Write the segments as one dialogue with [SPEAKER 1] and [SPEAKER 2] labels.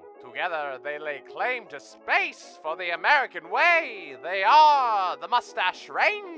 [SPEAKER 1] Together, they lay claim to space for the American way. They are the Mustache Rangers.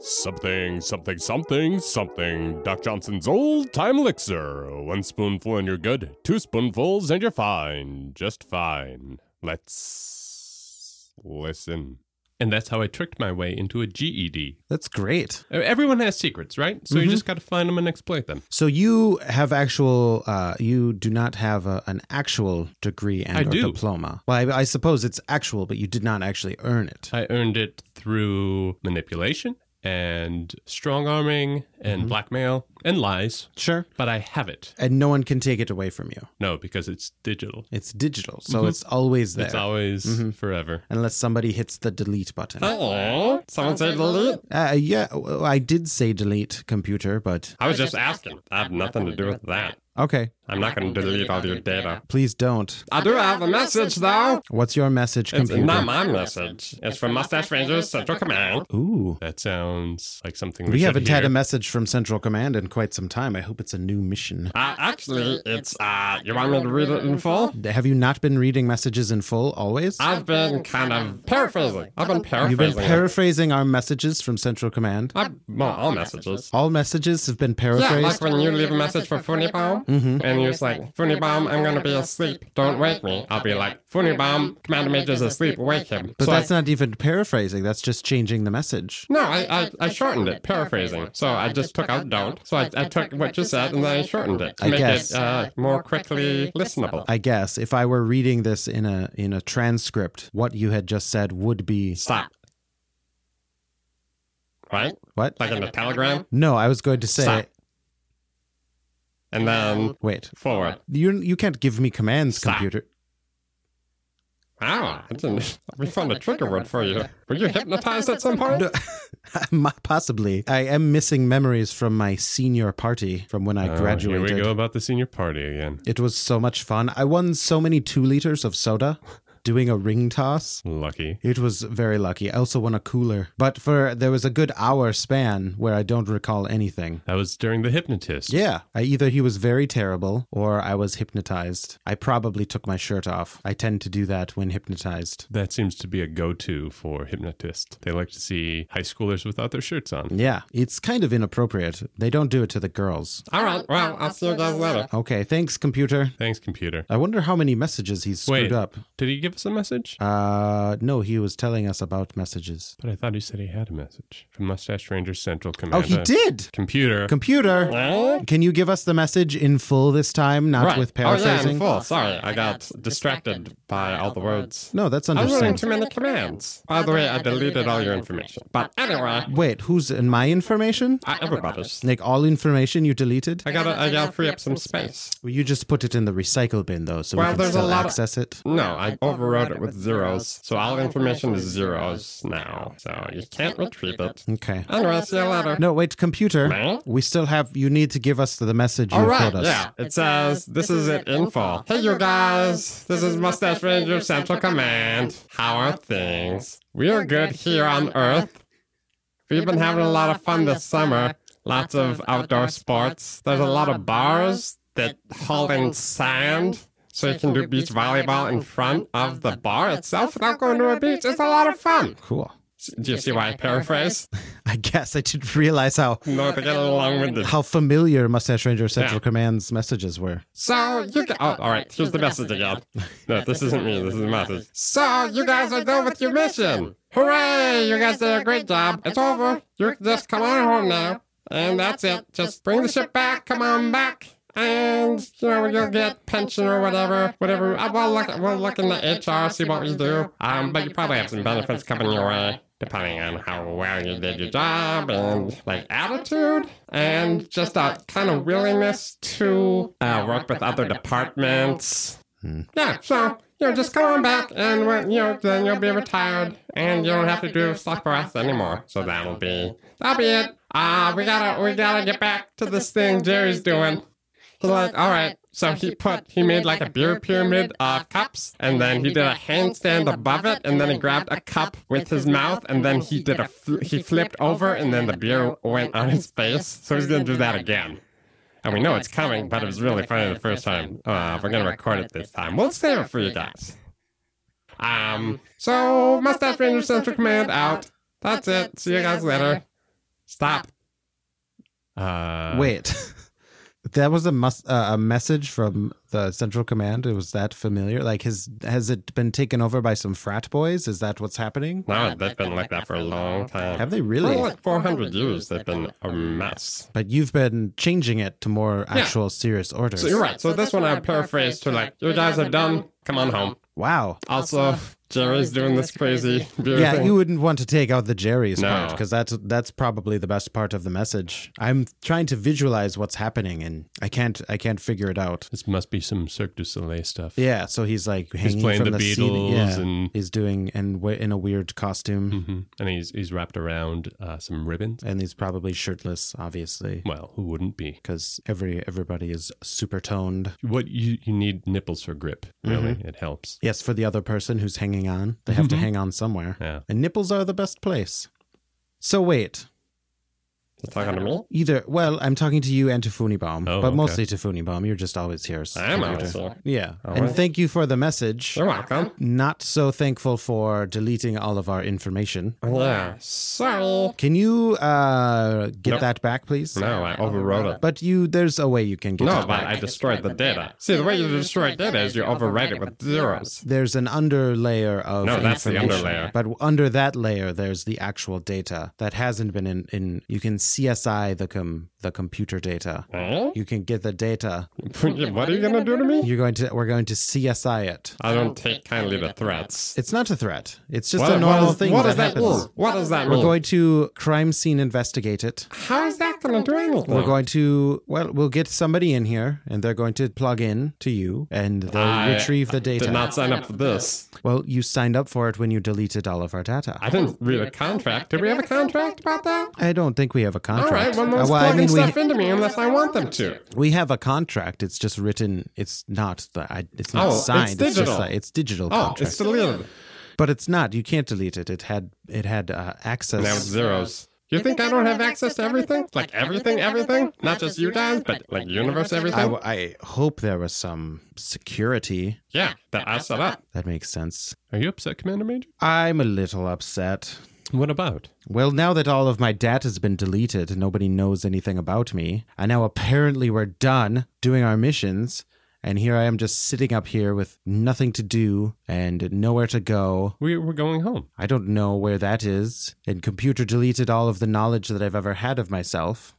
[SPEAKER 2] Something, something, something, something. Doc Johnson's old time elixir. One spoonful and you're good. Two spoonfuls and you're fine. Just fine. Let's listen.
[SPEAKER 3] And that's how I tricked my way into a GED.
[SPEAKER 4] That's great.
[SPEAKER 3] Uh, Everyone has secrets, right?
[SPEAKER 2] Mm-hmm.
[SPEAKER 3] So you just got to find them and exploit them.
[SPEAKER 4] So you have actual, uh, you do not have a, an actual degree and
[SPEAKER 3] I
[SPEAKER 4] or
[SPEAKER 3] do.
[SPEAKER 4] diploma. Well, I, I suppose it's actual, but you did not actually earn it.
[SPEAKER 3] I earned it through manipulation and strong arming and
[SPEAKER 2] Mm-hmm.
[SPEAKER 3] blackmail and lies,
[SPEAKER 4] Sure.
[SPEAKER 3] but I have it.
[SPEAKER 4] And no one can take it away from you.
[SPEAKER 3] No, because it's digital.
[SPEAKER 4] It's digital, so it's always there.
[SPEAKER 3] Mm-hmm. It's always
[SPEAKER 2] Mm-hmm.
[SPEAKER 3] forever.
[SPEAKER 4] Unless somebody hits the delete button.
[SPEAKER 3] Oh, someone said delete.
[SPEAKER 4] Uh, yeah, well, I did say delete computer, but
[SPEAKER 3] I was just asking. I have nothing to do with that.
[SPEAKER 4] okay.
[SPEAKER 3] I'm not going to delete all your data.
[SPEAKER 4] Please don't.
[SPEAKER 3] I do have a message though.
[SPEAKER 4] What's your message,
[SPEAKER 3] It's
[SPEAKER 4] computer?
[SPEAKER 3] not my message. It's from Mustache Rangers Central Command.
[SPEAKER 4] Ooh.
[SPEAKER 3] That sounds like something we,
[SPEAKER 4] We
[SPEAKER 3] should
[SPEAKER 4] haven't had
[SPEAKER 3] hear.
[SPEAKER 4] a message from Central Command in quite some time. I hope it's a new mission.
[SPEAKER 3] Uh, actually, it's uh, you want me to read it in full?
[SPEAKER 4] Have you not been reading messages in full always?
[SPEAKER 3] I've been kind of paraphrasing. I've been
[SPEAKER 4] You've been
[SPEAKER 3] paraphrasing.
[SPEAKER 4] paraphrasing our messages from Central Command.
[SPEAKER 3] I've, well, all messages.
[SPEAKER 4] All messages have been
[SPEAKER 3] Yeah, like
[SPEAKER 4] paraphrased.
[SPEAKER 3] when you leave a message for Funibomb,
[SPEAKER 4] Mhm.
[SPEAKER 3] and you're just like, Funibomb, I'm gonna be asleep. Don't wake me. I'll be like, Funibomb, Commander Major's asleep. Wake him.
[SPEAKER 4] But
[SPEAKER 3] So
[SPEAKER 4] that's
[SPEAKER 3] I,
[SPEAKER 4] not even paraphrasing. That's just changing the message.
[SPEAKER 3] no, I, I, I shortened it, paraphrasing. So I just took out don't. So I, I took what you said and then I shortened it to
[SPEAKER 4] I
[SPEAKER 3] make
[SPEAKER 4] guess.
[SPEAKER 3] it uh, more quickly listenable.
[SPEAKER 4] I guess if I were reading this in a in a transcript, what you had just said would be
[SPEAKER 3] Stop. Right?
[SPEAKER 4] what?
[SPEAKER 3] Like in the telegram?
[SPEAKER 4] No, I was going to say.
[SPEAKER 3] Stop. And then
[SPEAKER 4] Wait,
[SPEAKER 3] forward.
[SPEAKER 4] you you can't give me commands,
[SPEAKER 3] Stop.
[SPEAKER 4] computer.
[SPEAKER 3] Wow, I didn't, we found a trigger word for you. Were you hypnotized at some point?
[SPEAKER 4] No, possibly. I am missing memories from my senior party from
[SPEAKER 3] Oh,
[SPEAKER 4] when I graduated.
[SPEAKER 2] Here we go about the senior party again.
[SPEAKER 4] It was so much fun. I won so many two liters of soda doing a ring toss.
[SPEAKER 2] Lucky.
[SPEAKER 4] It was very lucky. I also won a cooler. But for there was a good hour span where I don't recall anything.
[SPEAKER 2] That was during the hypnotist.
[SPEAKER 4] Yeah, I either he was very terrible or I was hypnotized. I probably took my shirt off. I tend to do that when hypnotized.
[SPEAKER 2] That seems to be a go to for hypnotists. They like to see high schoolers without their shirts on.
[SPEAKER 4] Yeah, it's kind of inappropriate. They don't do it to the girls.
[SPEAKER 3] All right, well, I'll see you guys later.
[SPEAKER 4] Okay, thanks computer.
[SPEAKER 2] Thanks, computer.
[SPEAKER 4] I wonder how many messages he screwed
[SPEAKER 2] Wait.
[SPEAKER 4] up.
[SPEAKER 2] Did he give us a message?
[SPEAKER 4] Uh no, he was telling us about messages.
[SPEAKER 2] But I thought he said he had a message from Mustache Ranger Central
[SPEAKER 4] Oh,
[SPEAKER 2] Command.
[SPEAKER 4] he
[SPEAKER 2] Uh,
[SPEAKER 4] did.
[SPEAKER 2] Computer.
[SPEAKER 4] Computer.
[SPEAKER 3] Well,
[SPEAKER 4] Can you give us the message in full this time, not
[SPEAKER 3] right.
[SPEAKER 4] with
[SPEAKER 3] Oh, yeah, I'm
[SPEAKER 4] paraphrasing?
[SPEAKER 3] full. Sorry, I got distracted by all the words.
[SPEAKER 4] no, that's
[SPEAKER 3] I was running
[SPEAKER 4] understandable.
[SPEAKER 3] too many commands. By the way, I deleted all your information. But anyway,
[SPEAKER 4] Wait, who's in my information?
[SPEAKER 3] I, everybody's.
[SPEAKER 4] Like all information you deleted?
[SPEAKER 3] I gotta, I gotta free up some space.
[SPEAKER 4] Well, you just put it in the recycle bin though, so
[SPEAKER 3] Well,
[SPEAKER 4] we can
[SPEAKER 3] there's a
[SPEAKER 4] still
[SPEAKER 3] lot of-
[SPEAKER 4] access it.
[SPEAKER 3] No, I overrode it with zeros, so all information is zeros now. So you can't retrieve it.
[SPEAKER 4] Okay.
[SPEAKER 3] Anyway, see you later.
[SPEAKER 4] No, wait, computer.
[SPEAKER 3] Well?
[SPEAKER 4] We still have. You need to give us the message you
[SPEAKER 3] All right,
[SPEAKER 4] told us.
[SPEAKER 3] yeah. It says, this is it in full. Hey, you guys. This is Mustache Ranger Central Command. How are things? We are good here on Earth. We've been having a lot of fun this summer. Lots of outdoor sports. There's a lot of bars that haul in sand. So you can do beach volleyball in front of the bar itself without going to a beach. It's a lot of fun.
[SPEAKER 4] Cool.
[SPEAKER 3] Do you see why I paraphrase?
[SPEAKER 4] I guess I didn't realize how
[SPEAKER 3] No, to get along with it.
[SPEAKER 4] how familiar Mustache Ranger Central
[SPEAKER 3] Yeah.
[SPEAKER 4] Command's messages were.
[SPEAKER 3] So you g oh, all right. Here's the message again. No, this isn't me. This is the message. So you guys are done with your mission. Hooray! You guys did a great job. It's over. You can just come on home now, and that's it. Just bring the ship back. Come on back. And you know you'll get pension or whatever, whatever. Uh, We'll look, we'll look in the HR, see what we do. Um, but you probably have some benefits coming your way, depending on how well you did your job and like attitude and just a kind of willingness to uh, work with other departments. Yeah, so you know, just come on back and, we're- you know, then you'll be retired and you don't have to do stuff for us anymore. So that'll be, that'll be it. Ah, we gotta, we gotta get back to this thing Jerry's doing. He's like, all right. So he put, he made like a beer pyramid of cups, and then he did a handstand above it, and then he grabbed a cup with his mouth, and then he did a, fl- he flipped over, and then the beer went on his face. So he's gonna do that again. And we know it's coming, but it was really funny the first time. Uh, we're gonna record it this time. We'll save it for you guys. Um. So Mustache Ranger Central Command out. That's it. See you guys later. Stop.
[SPEAKER 2] Uh,
[SPEAKER 4] Wait. That was a mus- uh, a message from the central command. It was that familiar. Like, has has it been taken over by some frat boys? Is that what's happening?
[SPEAKER 3] No, they've been like that for a long time.
[SPEAKER 4] Have they
[SPEAKER 3] For
[SPEAKER 4] really?
[SPEAKER 3] like 400 years, they've been a mess.
[SPEAKER 4] But you've been changing it to more
[SPEAKER 3] Yeah.
[SPEAKER 4] actual serious orders.
[SPEAKER 3] So you're right. So this one I paraphrased to like, you guys are done. Come on home.
[SPEAKER 4] Wow.
[SPEAKER 3] Also, Jerry's doing this crazy beer
[SPEAKER 4] Yeah,
[SPEAKER 3] thing.
[SPEAKER 4] you wouldn't want to take out the Jerry's
[SPEAKER 3] No.
[SPEAKER 4] part because that's that's probably the best part of the message. I'm trying to visualize what's happening and I can't I can't figure it out.
[SPEAKER 2] This must be some Cirque du Soleil stuff.
[SPEAKER 4] Yeah, so he's like hanging
[SPEAKER 2] playing
[SPEAKER 4] from
[SPEAKER 2] the
[SPEAKER 4] the,
[SPEAKER 2] Beatles
[SPEAKER 4] ceiling. Yeah, Mm-hmm.
[SPEAKER 2] and-
[SPEAKER 4] he's doing and w- in a weird costume
[SPEAKER 2] hmm And he's he's wrapped around uh, some ribbons.
[SPEAKER 4] and he's probably shirtless, obviously,
[SPEAKER 2] Well, who wouldn't be?
[SPEAKER 4] because every everybody is super toned.
[SPEAKER 2] What you you need nipples for grip. Really,
[SPEAKER 4] Mm-hmm.
[SPEAKER 2] it helps.
[SPEAKER 4] Yes, for the other person who's hanging on, they
[SPEAKER 3] Mm-hmm.
[SPEAKER 4] have to hang on somewhere.
[SPEAKER 2] Yeah.
[SPEAKER 4] And nipples are the best place. So wait,
[SPEAKER 3] You're talking to me?
[SPEAKER 4] either well, I'm talking to you and to Funibaum,
[SPEAKER 2] Oh,
[SPEAKER 4] but
[SPEAKER 2] okay.
[SPEAKER 4] mostly to Funibaum. You're just always here. so
[SPEAKER 3] I am
[SPEAKER 4] computer.
[SPEAKER 3] also.
[SPEAKER 4] Yeah, and
[SPEAKER 3] right.
[SPEAKER 4] thank you for the message.
[SPEAKER 3] You're welcome.
[SPEAKER 4] Not so thankful for deleting all of our information.
[SPEAKER 3] Yeah. Sorry.
[SPEAKER 4] Can you uh, get
[SPEAKER 3] Nope.
[SPEAKER 4] that back, please?
[SPEAKER 3] No, I overrode it.
[SPEAKER 4] But you, there's a way you can get
[SPEAKER 3] No,
[SPEAKER 4] that
[SPEAKER 3] but
[SPEAKER 4] back.
[SPEAKER 3] I destroyed the data. See, the way you destroy data is you overwrite it with zeros.
[SPEAKER 4] There's an underlayer of
[SPEAKER 3] No, that's the
[SPEAKER 4] information,
[SPEAKER 3] underlayer.
[SPEAKER 4] but under that layer, there's the actual data that hasn't been in. in you can CSI the com the computer data.
[SPEAKER 3] Huh?
[SPEAKER 4] You can get the data.
[SPEAKER 3] What are you gonna do to me?
[SPEAKER 4] You're going to we're going to CSI it.
[SPEAKER 3] I don't take kindly to threats.
[SPEAKER 4] It's not a threat. It's just
[SPEAKER 3] What-
[SPEAKER 4] a normal
[SPEAKER 3] what is-
[SPEAKER 4] thing
[SPEAKER 3] What
[SPEAKER 4] that,
[SPEAKER 3] does that
[SPEAKER 4] happens.
[SPEAKER 3] mean? What does that
[SPEAKER 4] We're
[SPEAKER 3] mean?
[SPEAKER 4] going to crime scene investigate it.
[SPEAKER 3] How is that gonna do anything?
[SPEAKER 4] We're going to well, we'll get somebody in here, and they're going to plug in to you, and they'll
[SPEAKER 3] I
[SPEAKER 4] retrieve the data.
[SPEAKER 3] Did not sign up for this.
[SPEAKER 4] Well, you signed up for it when you deleted all of our data.
[SPEAKER 3] I didn't read a contract. Did we have a contract about that?
[SPEAKER 4] I don't think we have a
[SPEAKER 3] All right,
[SPEAKER 4] contract.
[SPEAKER 3] one
[SPEAKER 4] Uh,
[SPEAKER 3] one's
[SPEAKER 4] well, I
[SPEAKER 3] plugging
[SPEAKER 4] mean, we,
[SPEAKER 3] stuff into me unless I want them to.
[SPEAKER 4] we have a contract. It's just written. It's not. The, I, it's not
[SPEAKER 3] Oh, it's
[SPEAKER 4] signed. It's, just
[SPEAKER 3] digital.
[SPEAKER 4] like it's digital
[SPEAKER 3] Oh,
[SPEAKER 4] contract.
[SPEAKER 3] it's deleted.
[SPEAKER 4] but it's not. You can't delete it. It had. It had uh, access.
[SPEAKER 3] Now it's zeros. You think I don't have access to everything? Like everything, everything? Not just you guys, but like universe,
[SPEAKER 4] I,
[SPEAKER 3] everything?
[SPEAKER 4] w- I hope there was some security.
[SPEAKER 3] Yeah, that I set up.
[SPEAKER 4] That makes sense.
[SPEAKER 2] Are you upset, Commander Major?
[SPEAKER 4] I'm a little upset.
[SPEAKER 2] What about?
[SPEAKER 4] Well, now that all of my data's been deleted and nobody knows anything about me, and now apparently we're done doing our missions, and here I am just sitting up here with nothing to do and nowhere to go.
[SPEAKER 2] We we're going home.
[SPEAKER 4] I don't know where that is. And computer deleted all of the knowledge that I've ever had of myself.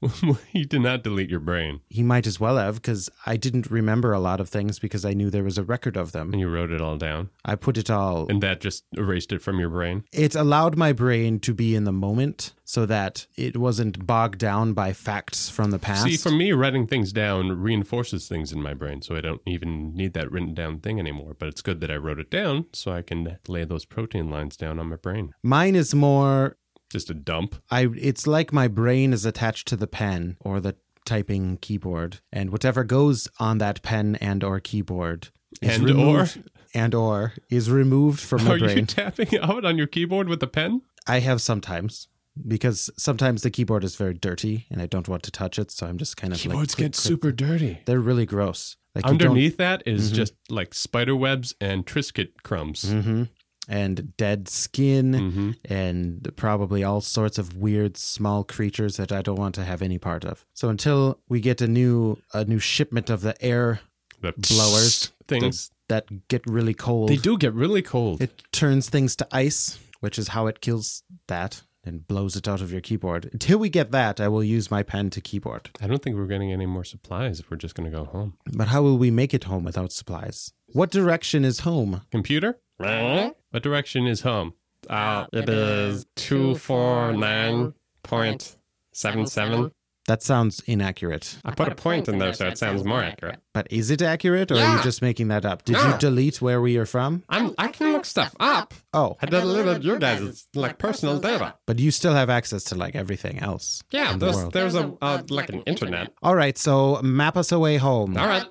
[SPEAKER 2] you did not delete your brain,
[SPEAKER 4] He might as well have, because I didn't remember a lot of things because I knew there was a record of them.
[SPEAKER 2] and you wrote it all down,
[SPEAKER 4] I put it all
[SPEAKER 2] and that just erased it from your brain.
[SPEAKER 4] it allowed my brain to be in the moment so that it wasn't bogged down by facts from the past.
[SPEAKER 2] See, for me, writing things down reinforces things in my brain, so I don't even need that written down thing anymore. But it's good that I wrote it down so I can lay those protein lines down on my brain.
[SPEAKER 4] Mine is more
[SPEAKER 2] Just a dump.
[SPEAKER 4] I it's like my brain is attached to the pen or the typing keyboard and whatever goes on that pen and or keyboard is
[SPEAKER 2] And
[SPEAKER 4] removed, and or is removed from my
[SPEAKER 2] Are you
[SPEAKER 4] brain.
[SPEAKER 2] tapping out on your keyboard with a pen?
[SPEAKER 4] I have sometimes because sometimes the keyboard is very dirty and I don't want to touch it so I'm just kind of like Mm-hmm. click, click.
[SPEAKER 2] dirty.
[SPEAKER 4] They're really gross. Like you don't-
[SPEAKER 2] Underneath that is just like spider webs and Triscuit crumbs.
[SPEAKER 4] Mhm. and dead skin
[SPEAKER 2] Mhm.
[SPEAKER 4] and probably all sorts of weird small creatures that I don't want to have any part of. So until we get a new a new shipment of the air
[SPEAKER 2] The
[SPEAKER 4] Blowers.
[SPEAKER 2] things.
[SPEAKER 4] that get really cold,
[SPEAKER 2] they do get really cold.
[SPEAKER 4] it turns things to ice, which is how it kills that and blows it out of your keyboard. Until we get that, I will use my pen to keyboard.
[SPEAKER 2] I don't think we're getting any more supplies if we're just going to go home.
[SPEAKER 4] But how will we make it home without supplies? What direction is home?
[SPEAKER 2] Computer,
[SPEAKER 3] Huh?
[SPEAKER 2] what direction is home?
[SPEAKER 3] Uh, it is 249.77.
[SPEAKER 4] That sosounds inaccurate.
[SPEAKER 3] I put a point in there so it sounds more accurate.
[SPEAKER 4] But is it accurate or are
[SPEAKER 3] Yeah.
[SPEAKER 4] you just making that up? Did
[SPEAKER 3] No.
[SPEAKER 4] you delete where we are from?
[SPEAKER 3] I'm, Oh, I can look stuff up.
[SPEAKER 4] Oh,
[SPEAKER 3] I deleted your guys' like personal data.
[SPEAKER 4] but you still have access to like everything else.
[SPEAKER 3] Yeah,
[SPEAKER 4] in the
[SPEAKER 3] there's
[SPEAKER 4] world.
[SPEAKER 3] there's a uh, like an internet.
[SPEAKER 4] All right, so map us away home.
[SPEAKER 3] All right,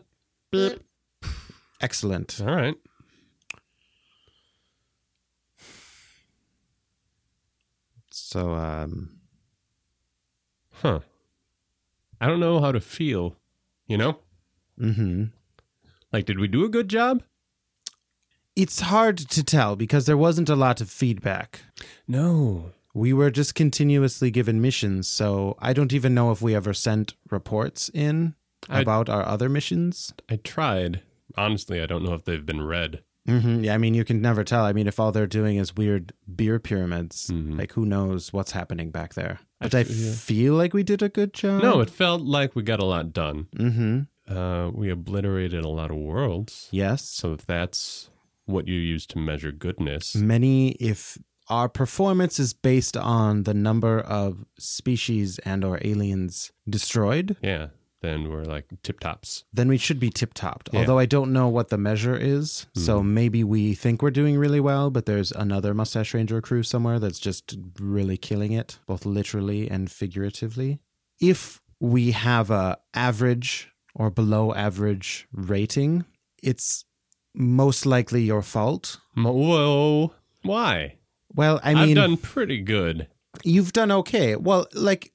[SPEAKER 3] beep.
[SPEAKER 4] Excellent.
[SPEAKER 2] All right.
[SPEAKER 4] So um
[SPEAKER 2] Huh. I don't know how to feel. You know?
[SPEAKER 4] mhm.
[SPEAKER 2] Like, did we do a good job?
[SPEAKER 4] It's hard to tell because there wasn't a lot of feedback.
[SPEAKER 2] No.
[SPEAKER 4] We were just continuously given missions, so I don't even know if we ever sent reports in
[SPEAKER 2] I-
[SPEAKER 4] about our other missions.
[SPEAKER 2] I tried. Honestly, I don't know if they've been read.
[SPEAKER 4] hmm Yeah, I mean, you can never tell. I mean, if all they're doing is weird beer pyramids,
[SPEAKER 2] Mhm.
[SPEAKER 4] like who knows what's happening back there?
[SPEAKER 2] I
[SPEAKER 4] But I,
[SPEAKER 2] f- yeah.
[SPEAKER 4] feel like we did a good job.
[SPEAKER 2] No, it felt like we got a lot done.
[SPEAKER 4] Mm-hmm.
[SPEAKER 2] Uh, we obliterated a lot of worlds.
[SPEAKER 4] Yes.
[SPEAKER 2] So if that's what you use to measure goodness,
[SPEAKER 4] Many, if our performance is based on the number of species and or aliens destroyed,
[SPEAKER 2] yeah, then we're like tip tops.
[SPEAKER 4] then we should be tip topped.
[SPEAKER 2] Yeah. Hmm.
[SPEAKER 4] Although I don't know what the measure is. So maybe we think we're doing really well, but there's another Mustache Ranger crew somewhere that's just really killing it, both literally and figuratively. If we have a average or below average rating, it's most likely your fault.
[SPEAKER 2] Whoa. Why?
[SPEAKER 4] Well, I mean,
[SPEAKER 2] have done pretty good.
[SPEAKER 4] you've done okay. Well, like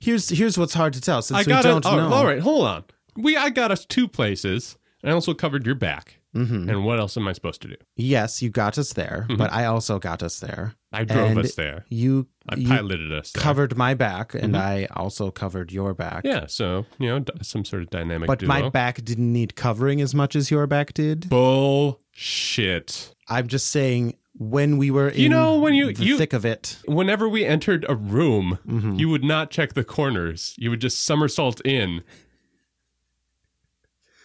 [SPEAKER 4] here's here's what's hard to tell since
[SPEAKER 2] I
[SPEAKER 4] we
[SPEAKER 2] got
[SPEAKER 4] don't
[SPEAKER 2] it. Oh,
[SPEAKER 4] know.
[SPEAKER 2] all right, hold on. We I got us two places. and I also covered your back.
[SPEAKER 4] Mhm.
[SPEAKER 2] And what else am I supposed to do?
[SPEAKER 4] Yes, you got us there,
[SPEAKER 2] Mm-hmm.
[SPEAKER 4] but I also got us there.
[SPEAKER 2] I drove
[SPEAKER 4] And
[SPEAKER 2] us there.
[SPEAKER 4] You,
[SPEAKER 2] I
[SPEAKER 4] you
[SPEAKER 2] piloted us there.
[SPEAKER 4] covered my back, and I also covered your back.
[SPEAKER 2] yeah, so you know, d- some sort of dynamic.
[SPEAKER 4] But
[SPEAKER 2] duo.
[SPEAKER 4] my back didn't need covering as much as your back did.
[SPEAKER 2] bullshit.
[SPEAKER 4] I'm just saying when we were in
[SPEAKER 2] You know, when you-
[SPEAKER 4] the
[SPEAKER 2] you-
[SPEAKER 4] thick of it.
[SPEAKER 2] Whenever we entered a room,
[SPEAKER 4] Mm-hmm.
[SPEAKER 2] you would not check the corners. You would just somersault in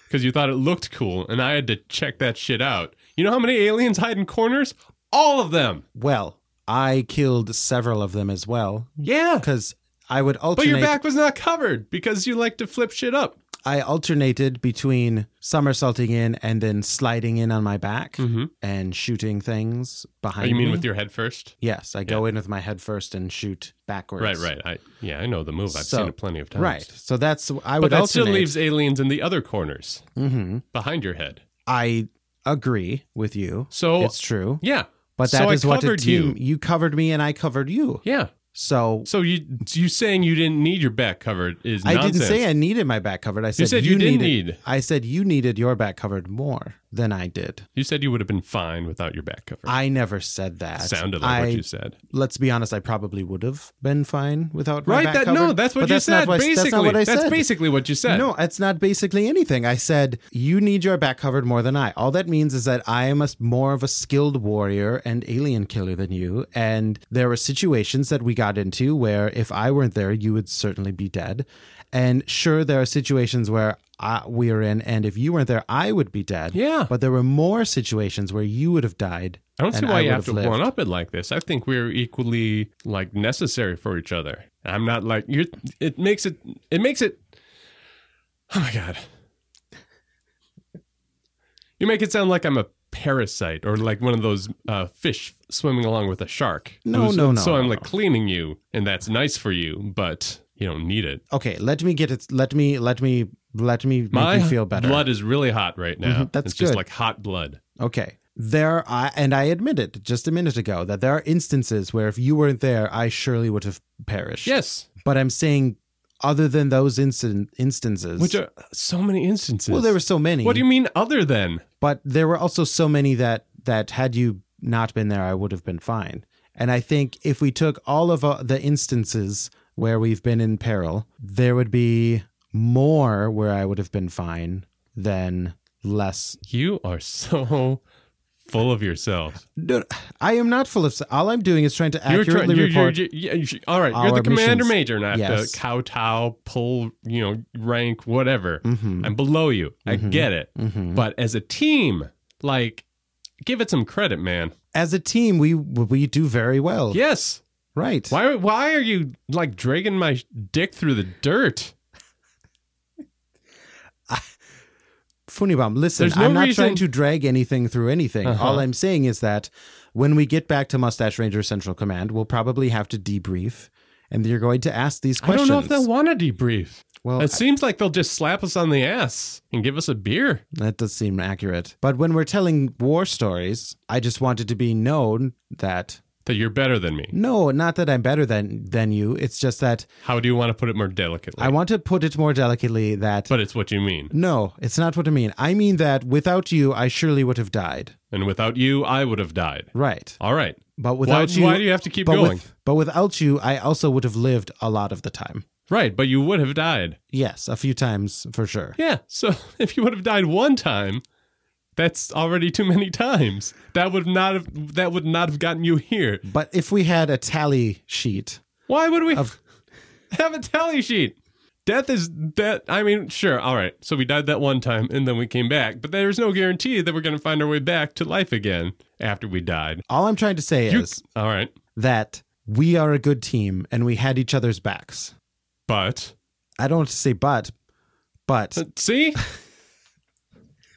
[SPEAKER 2] because you thought it looked cool, and I had to check that shit out. You know how many aliens hide in corners? All of them.
[SPEAKER 4] Well, I killed several of them as well
[SPEAKER 2] Yeah,
[SPEAKER 4] because I would
[SPEAKER 2] but
[SPEAKER 4] alternate.
[SPEAKER 2] your back was not covered because you like to flip shit up.
[SPEAKER 4] I alternated between somersaulting in and then sliding in on my back and shooting things
[SPEAKER 2] Mm-hmm. Oh,
[SPEAKER 4] behind.
[SPEAKER 2] you mean
[SPEAKER 4] me.
[SPEAKER 2] with your head first?
[SPEAKER 4] Yes, I go in with my head first and shoot backwards.
[SPEAKER 2] Right, right. I yeah, I know the move. I've
[SPEAKER 4] So-
[SPEAKER 2] seen it plenty of times.
[SPEAKER 4] Right. So that's I
[SPEAKER 2] but
[SPEAKER 4] would
[SPEAKER 2] that
[SPEAKER 4] alternate.
[SPEAKER 2] still leaves aliens in the other corners
[SPEAKER 4] hmm
[SPEAKER 2] behind your head.
[SPEAKER 4] I agree with you.
[SPEAKER 2] So
[SPEAKER 4] it's true.
[SPEAKER 2] yeah,
[SPEAKER 4] But that is
[SPEAKER 2] so I
[SPEAKER 4] what a
[SPEAKER 2] covered
[SPEAKER 4] team. You.
[SPEAKER 2] you.
[SPEAKER 4] covered me and I covered you.
[SPEAKER 2] yeah.
[SPEAKER 4] So
[SPEAKER 2] So you you saying you didn't need your back covered is
[SPEAKER 4] I
[SPEAKER 2] nonsense.
[SPEAKER 4] didn't say I needed my back covered. I said
[SPEAKER 2] you said you, didn't
[SPEAKER 4] needed,
[SPEAKER 2] need.
[SPEAKER 4] I said you needed your back covered more than I did.
[SPEAKER 2] You said you would have been fine without your back covered.
[SPEAKER 4] I never said that.
[SPEAKER 2] Sounded like
[SPEAKER 4] I,
[SPEAKER 2] what you said.
[SPEAKER 4] Let's be honest. I probably would have been fine without my
[SPEAKER 2] Right?
[SPEAKER 4] back
[SPEAKER 2] That
[SPEAKER 4] covered.
[SPEAKER 2] no, that's what
[SPEAKER 4] but
[SPEAKER 2] you
[SPEAKER 4] that's
[SPEAKER 2] said.
[SPEAKER 4] Not what,
[SPEAKER 2] basically,
[SPEAKER 4] that's not what I said.
[SPEAKER 2] basically what you said.
[SPEAKER 4] No, it's not basically anything. I said, you need your back covered more than I. All that means is that I am a, more of a skilled warrior and alien killer than you. And there were situations that we got into where if I weren't there, you would certainly be dead. And sure, there are situations where I, we are in, and if you weren't there, I would be dead.
[SPEAKER 2] Yeah.
[SPEAKER 4] But there were more situations where you would have died.
[SPEAKER 2] I don't see
[SPEAKER 4] and
[SPEAKER 2] why you
[SPEAKER 4] would
[SPEAKER 2] have to
[SPEAKER 4] lived.
[SPEAKER 2] one up it like this. I think we're equally like necessary for each other. I'm not like you're. It makes it. It makes it. Oh my god! You make it sound like I'm a parasite or like one of those uh, fish swimming along with a shark.
[SPEAKER 4] No, no, no,
[SPEAKER 2] So I'm
[SPEAKER 4] no,
[SPEAKER 2] like
[SPEAKER 4] no.
[SPEAKER 2] cleaning you, and that's nice for you, but you don't need it.
[SPEAKER 4] Okay, let me get it. Let me, let me, let me make
[SPEAKER 2] My
[SPEAKER 4] you feel better.
[SPEAKER 2] blood is really hot right now.
[SPEAKER 4] Mhm, that's
[SPEAKER 2] it's just
[SPEAKER 4] good.
[SPEAKER 2] like hot blood.
[SPEAKER 4] Okay. There, I, and I admitted just a minute ago that there are instances where if you weren't there, I surely would have perished.
[SPEAKER 2] Yes,
[SPEAKER 4] But I'm saying, other than those instant instances,
[SPEAKER 2] which are so many instances.
[SPEAKER 4] well, there were so many.
[SPEAKER 2] What do you mean other than?
[SPEAKER 4] But there were also so many that that had you not been there, I would have been fine. And I think if we took all of uh, the instances where we've been in peril, there would be more where I would have been fine than less
[SPEAKER 2] You are so full of yourself.
[SPEAKER 4] No, I am not full of. All I'm doing is trying to
[SPEAKER 2] You're
[SPEAKER 4] accurately
[SPEAKER 2] trying. You're, you're,
[SPEAKER 4] report.
[SPEAKER 2] you're, yeah, you should- all right, you're
[SPEAKER 4] Our
[SPEAKER 2] the commander
[SPEAKER 4] missions.
[SPEAKER 2] major, and I have
[SPEAKER 4] Yes.
[SPEAKER 2] to kowtow, pull, you know, rank, whatever.
[SPEAKER 4] Mhm.
[SPEAKER 2] I'm below you. I
[SPEAKER 4] Mhm.
[SPEAKER 2] get it.
[SPEAKER 4] Mhm.
[SPEAKER 2] But as a team, like, give it some credit, man.
[SPEAKER 4] As a team, we we do very well.
[SPEAKER 2] Yes,
[SPEAKER 4] Right.
[SPEAKER 2] Why? Why are you like dragging my sh- dick through the dirt?
[SPEAKER 4] Funibom, listen,
[SPEAKER 2] There's no
[SPEAKER 4] I'm not
[SPEAKER 2] reason-
[SPEAKER 4] trying to drag anything through anything.
[SPEAKER 2] Uh-huh.
[SPEAKER 4] All I'm saying is that when we get back to Mustache Ranger Central Command, we'll probably have to debrief and you're going to ask these
[SPEAKER 2] I don't
[SPEAKER 4] questions.
[SPEAKER 2] know if they'll want to debrief.
[SPEAKER 4] well,
[SPEAKER 2] it seems like they'll just slap us on the ass and give us a beer.
[SPEAKER 4] That does seem accurate. But when we're telling war stories, I just want it to be known that
[SPEAKER 2] That you're better than me.
[SPEAKER 4] no, not that I'm better than than you. It's just that
[SPEAKER 2] How do you want to put it more delicately?
[SPEAKER 4] I want to put it more delicately that
[SPEAKER 2] but it's what you mean.
[SPEAKER 4] no, it's not what I mean. I mean that without you, I surely would have died.
[SPEAKER 2] And without you, I would have died.
[SPEAKER 4] Right.
[SPEAKER 2] All right.
[SPEAKER 4] But
[SPEAKER 2] Why,
[SPEAKER 4] without you
[SPEAKER 2] why do you have to keep
[SPEAKER 4] but,
[SPEAKER 2] going?
[SPEAKER 4] with- but without you, I also would have lived a lot of the time.
[SPEAKER 2] Right, but you would have died.
[SPEAKER 4] Yes, a few times for sure.
[SPEAKER 2] Yeah. So if you would have died one time, that's already too many times. That would not have that would not have gotten you here.
[SPEAKER 4] But if we had a tally sheet,
[SPEAKER 2] Why would we
[SPEAKER 4] Of-
[SPEAKER 2] have a tally sheet? Death is that I mean, sure, all right. So we died that one time and then we came back, but there's no guarantee that we're going to find our way back to life again after we died.
[SPEAKER 4] all I'm trying to say
[SPEAKER 2] You-
[SPEAKER 4] is
[SPEAKER 2] all right.
[SPEAKER 4] that we are a good team and we had each other's backs.
[SPEAKER 2] But uh,
[SPEAKER 4] I don't want to say but, but
[SPEAKER 2] see,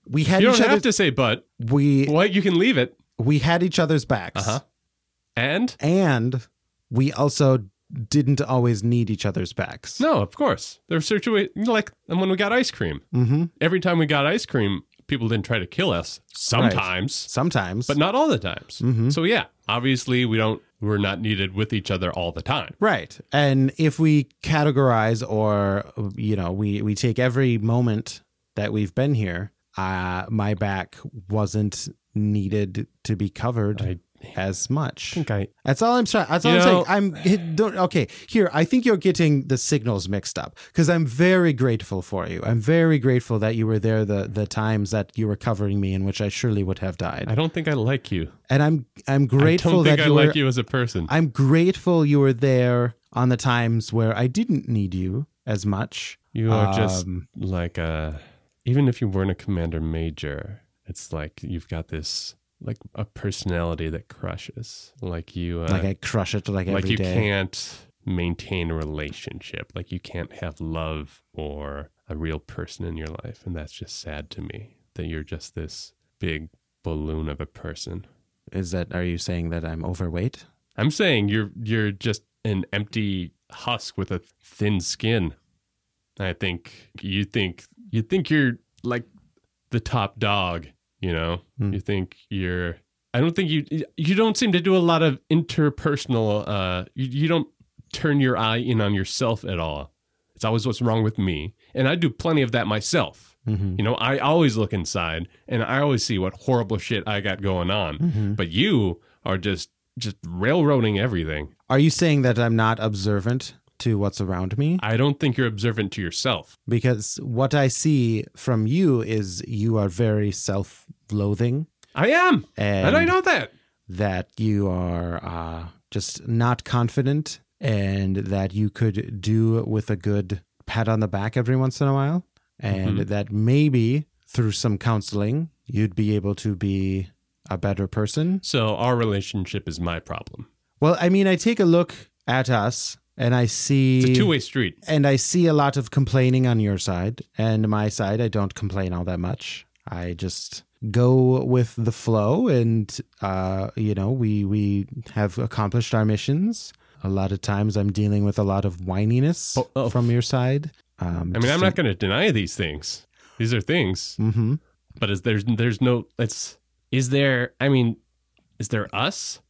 [SPEAKER 4] we had
[SPEAKER 2] you
[SPEAKER 4] each
[SPEAKER 2] don't
[SPEAKER 4] other.
[SPEAKER 2] have to say but.
[SPEAKER 4] we
[SPEAKER 2] What you can leave it.
[SPEAKER 4] we had each other's backs,
[SPEAKER 2] Uh-huh. And
[SPEAKER 4] and we also didn't always need each other's backs.
[SPEAKER 2] no, of course. They're situated like when we got ice cream.
[SPEAKER 4] Mm-hmm.
[SPEAKER 2] every time we got ice cream, people didn't try to kill us. Sometimes,
[SPEAKER 4] Sometimes,
[SPEAKER 2] but not all the times.
[SPEAKER 4] Mhm.
[SPEAKER 2] So yeah, obviously we don't we're not needed with each other all the time.
[SPEAKER 4] right. And if we categorize, or you know, we we take every moment that we've been here. Uh, my back wasn't needed to be covered
[SPEAKER 2] I
[SPEAKER 4] as much.
[SPEAKER 2] think I
[SPEAKER 4] That's all I'm trying. That's all
[SPEAKER 2] You
[SPEAKER 4] I'm
[SPEAKER 2] know-
[SPEAKER 4] saying. I'm hit- don't, okay. Here, I think you're getting the signals mixed up because I'm very grateful for you. I'm very grateful that you were there the the times that you were covering me, in which I surely would have died.
[SPEAKER 2] I don't think I like you.
[SPEAKER 4] And I'm I'm grateful
[SPEAKER 2] I don't think
[SPEAKER 4] that
[SPEAKER 2] I
[SPEAKER 4] you were.
[SPEAKER 2] like you as a person.
[SPEAKER 4] I'm grateful you were there on the times where I didn't need you as much.
[SPEAKER 2] you are just
[SPEAKER 4] Um,
[SPEAKER 2] like a even if you weren't a commander major, it's like you've got this like a personality that crushes. Like you uh,
[SPEAKER 4] like I crush it like,
[SPEAKER 2] like
[SPEAKER 4] every
[SPEAKER 2] you
[SPEAKER 4] day.
[SPEAKER 2] can't maintain a relationship like you can't have love or a real person in your life and that's just sad to me that you're just this big balloon of a person
[SPEAKER 4] Is that are you saying that I'm overweight?
[SPEAKER 2] i'm saying you're you're just an empty husk with a thin skin i think you think you think you're like the top dog you know
[SPEAKER 4] Hmm.
[SPEAKER 2] you think you're i don't think you you don't seem to do a lot of interpersonal uh you, you don't turn your eye in on yourself at all it's always what's wrong with me and i do plenty of that myself
[SPEAKER 4] Mhm.
[SPEAKER 2] you know i always look inside and i always see what horrible shit i got going on
[SPEAKER 4] Mhm.
[SPEAKER 2] but you are just just railroading everything
[SPEAKER 4] Are you saying that I'm not observant to what's around me?
[SPEAKER 2] i don't think you're observant to yourself
[SPEAKER 4] because what I see from you is you are very self-loathing,
[SPEAKER 2] i am
[SPEAKER 4] and,
[SPEAKER 2] and, i know that
[SPEAKER 4] that you are uh, just not confident, and that you could do with a good pat on the back every once in a while,
[SPEAKER 2] Mm-hmm.
[SPEAKER 4] and that maybe through some counseling you'd be able to be a better person.
[SPEAKER 2] so our relationship is my problem
[SPEAKER 4] Well, I mean, I take a look at us, and I see
[SPEAKER 2] it's a two-way street
[SPEAKER 4] and I see a lot of complaining on your side and my side. I don't complain all that much. I just go with the flow, and uh, you know, we we have accomplished our missions. A lot of times, I'm dealing with a lot of whininess
[SPEAKER 2] Oh, oh.
[SPEAKER 4] from your side. Um,
[SPEAKER 2] I mean, I'm not going to deny these things. These are things,
[SPEAKER 4] hmm
[SPEAKER 2] but is there's there's no it's is there? I mean, is there us?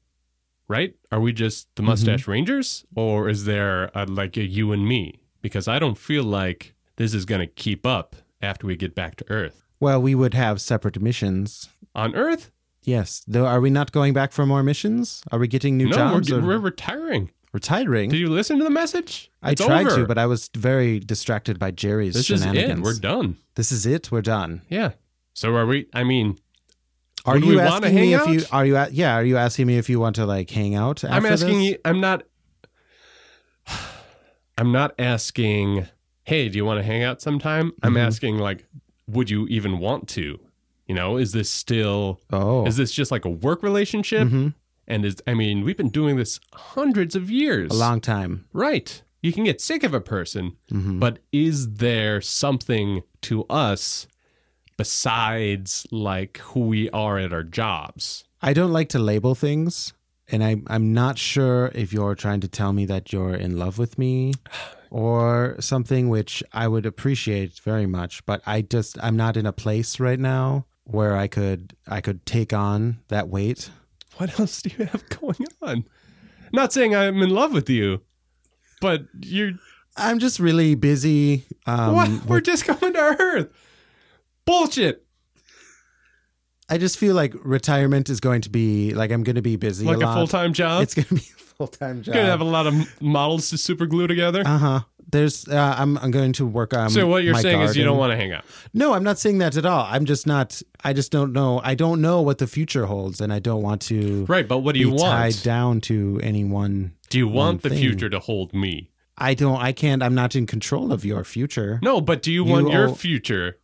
[SPEAKER 2] Right? Are we just
[SPEAKER 4] Mm-hmm.
[SPEAKER 2] the Mustache Rangers, or is there a, like a you and me? Because I don't feel like this is going to keep up after we get back to Earth.
[SPEAKER 4] Well, we would have separate missions.
[SPEAKER 2] On Earth,
[SPEAKER 4] Yes, though, are we not going back for more missions? Are we getting new
[SPEAKER 2] no, we're,
[SPEAKER 4] jobs
[SPEAKER 2] get-
[SPEAKER 4] or
[SPEAKER 2] we're retiring.
[SPEAKER 4] retiring?
[SPEAKER 2] Did you listen to the message?
[SPEAKER 4] I
[SPEAKER 2] It's
[SPEAKER 4] tried
[SPEAKER 2] over.
[SPEAKER 4] to, but I was very distracted by Jerry's
[SPEAKER 2] this is
[SPEAKER 4] shenanigans.
[SPEAKER 2] it. We're done.
[SPEAKER 4] This is it. We're done.
[SPEAKER 2] Yeah. So are we? I mean,
[SPEAKER 4] Are
[SPEAKER 2] Would
[SPEAKER 4] you
[SPEAKER 2] we wanna
[SPEAKER 4] asking me
[SPEAKER 2] hang
[SPEAKER 4] if you
[SPEAKER 2] out?
[SPEAKER 4] are you a- yeah are you asking me if you want to like hang out? After
[SPEAKER 2] I'm asking
[SPEAKER 4] this?
[SPEAKER 2] you. I'm not. I'm not asking. Hey, do you want to hang out sometime? I'm
[SPEAKER 4] Mhm.
[SPEAKER 2] asking like, would you even want to? You know, is this still?
[SPEAKER 4] Oh,
[SPEAKER 2] Is this just like a work relationship?
[SPEAKER 4] Mhm.
[SPEAKER 2] And is I mean, we've been doing this hundreds of years.
[SPEAKER 4] A long time.
[SPEAKER 2] Right. You can get sick of a person,
[SPEAKER 4] Mm-hmm.
[SPEAKER 2] but is there something to us besides like who we are at our jobs?
[SPEAKER 4] I don't like to label things, and I, I'm not sure if you're trying to tell me that you're in love with me or something, which I would appreciate very much. But I just I'm not in a place right now where I could I could take on that weight.
[SPEAKER 2] What else do you have going on? Not saying I'm in love with you, but you're
[SPEAKER 4] I'm just really busy. Um,
[SPEAKER 2] what? We're just coming to Earth. Bullshit.
[SPEAKER 4] I just feel like retirement is going to be like I'm going to be busy
[SPEAKER 2] Like
[SPEAKER 4] a
[SPEAKER 2] a
[SPEAKER 4] lot.
[SPEAKER 2] full time job.
[SPEAKER 4] It's uh, going to be a full time job.
[SPEAKER 2] You're gonna have a lot of m- models to super glue together.
[SPEAKER 4] Uh huh. There's. Uh, I'm. I'm going to work on.
[SPEAKER 2] so what you're
[SPEAKER 4] um, my
[SPEAKER 2] saying is you don't
[SPEAKER 4] garden.
[SPEAKER 2] want to hang out.
[SPEAKER 4] No, I'm not saying that at all. I'm just not. I just don't know. I don't know what the future holds, and I don't want to
[SPEAKER 2] Right, but what do
[SPEAKER 4] be
[SPEAKER 2] you
[SPEAKER 4] tied
[SPEAKER 2] want?
[SPEAKER 4] down to anyone.
[SPEAKER 2] do you
[SPEAKER 4] one
[SPEAKER 2] want the
[SPEAKER 4] thing.
[SPEAKER 2] future to hold me?
[SPEAKER 4] I don't. I can't. I'm not in control of your future.
[SPEAKER 2] No, but do you, want your
[SPEAKER 4] all-
[SPEAKER 2] future,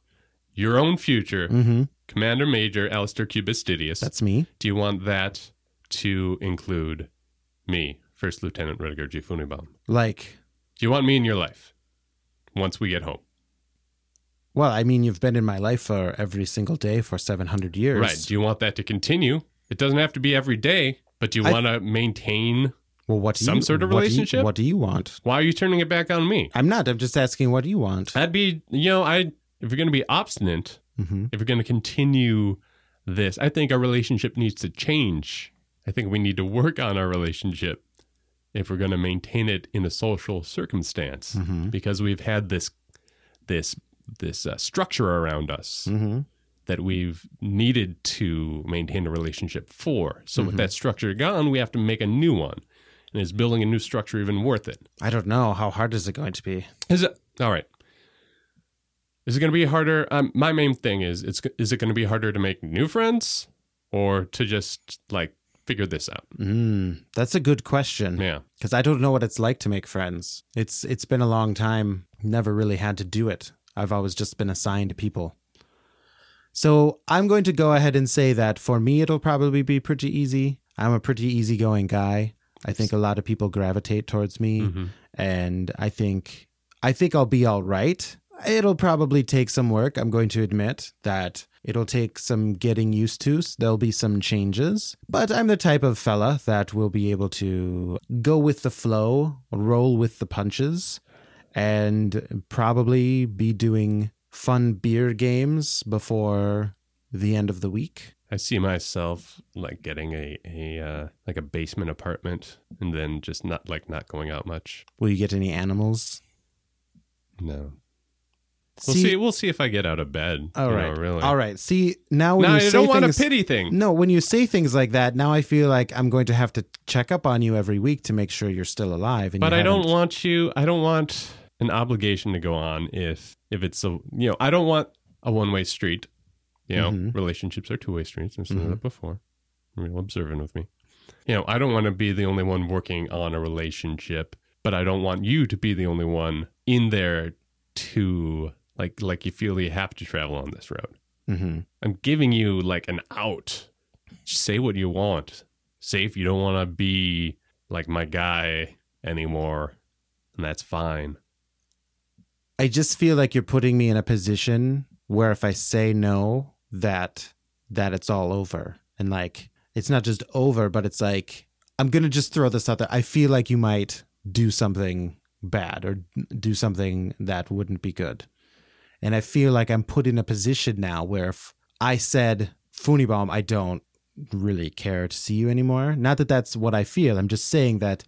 [SPEAKER 2] your own future,
[SPEAKER 4] Mm-hmm.
[SPEAKER 2] Commander Major Alistair Cubistidius?
[SPEAKER 4] That's me.
[SPEAKER 2] do you want that to include me, First Lieutenant Rediger G. Funibom?
[SPEAKER 4] Like,
[SPEAKER 2] Do you want me in your life once we get home?
[SPEAKER 4] well, I mean, you've been in my life for every single day for 700 years.
[SPEAKER 2] Right. Do you want that to continue? It doesn't have to be every day, but do you
[SPEAKER 4] I-
[SPEAKER 2] want to maintain?
[SPEAKER 4] Well, what do
[SPEAKER 2] Some
[SPEAKER 4] you,
[SPEAKER 2] sort of
[SPEAKER 4] what do you-
[SPEAKER 2] relationship?
[SPEAKER 4] what do you want?
[SPEAKER 2] Why are you turning it back on me?
[SPEAKER 4] I'm not. I'm just asking. What do you want?
[SPEAKER 2] I'd be, you know, I if you're going to be obstinate,
[SPEAKER 4] hmm
[SPEAKER 2] if you're going to continue this, I think our relationship needs to change. I think we need to work on our relationship if we're going to maintain it in a social circumstance
[SPEAKER 4] Mhm.
[SPEAKER 2] because we've had this this this uh, structure around us
[SPEAKER 4] hmm
[SPEAKER 2] that we've needed to maintain a relationship for. So with that structure gone, we have to make a new one. And is building a new structure even worth it?
[SPEAKER 4] I don't know. How hard is it going to be?
[SPEAKER 2] Is it all right? Is it going to be harder? Um, my main thing is it's is it going to be harder to make new friends or to just like figure this out?
[SPEAKER 4] Mm, that's a good question.
[SPEAKER 2] Yeah,
[SPEAKER 4] because I don't know what it's like to make friends. It's it's been a long time. Never really had to do it. I've always just been assigned people. So I'm going to go ahead and say that for me, it'll probably be pretty easy. I'm a pretty easygoing guy. I think a lot of people gravitate towards me,
[SPEAKER 2] Mhm.
[SPEAKER 4] and I think I think I'll be all right. It'll probably take some work. I'm going to admit that it'll take some getting used to. s- There'll be some changes, but I'm the type of fella that will be able to go with the flow, roll with the punches, and probably be doing fun beer games before the end of the week.
[SPEAKER 2] I see myself like getting a a uh, like a basement apartment and then just not like not going out much.
[SPEAKER 4] Will you get any animals?
[SPEAKER 2] No, we'll see. we'll see if I get out of bed.
[SPEAKER 4] All
[SPEAKER 2] you
[SPEAKER 4] right.
[SPEAKER 2] know, really.
[SPEAKER 4] All right. See, now when
[SPEAKER 2] No,
[SPEAKER 4] you
[SPEAKER 2] I
[SPEAKER 4] say
[SPEAKER 2] don't want a
[SPEAKER 4] things-
[SPEAKER 2] pity thing.
[SPEAKER 4] No, when you say things like that, now I feel like I'm going to have to check up on you every week to make sure you're still alive. And
[SPEAKER 2] but
[SPEAKER 4] you
[SPEAKER 2] I don't
[SPEAKER 4] haven't.
[SPEAKER 2] want you. I don't want an obligation to go on if if it's a you know I don't want a one way street. You know,
[SPEAKER 4] Mhm.
[SPEAKER 2] relationships are two way streets. I've said that before. Real observant with me. You know, I don't want to be the only one working on a relationship, but I don't want you to be the only one in there to like like you feel you have to travel on this road.
[SPEAKER 4] Mhm.
[SPEAKER 2] I'm giving you like an out. Just say what you want. Say if you don't want to be like my guy anymore, and that's fine.
[SPEAKER 4] I just feel like you're putting me in a position where if I say no, that that it's all over, and like it's not just over, but it's like I'm gonna just throw this out there. I feel like you might do something bad or do something that wouldn't be good. And I feel like I'm put in a position now where if I said, Funibom, I don't really care to see you anymore. Not that that's what I feel. I'm just saying that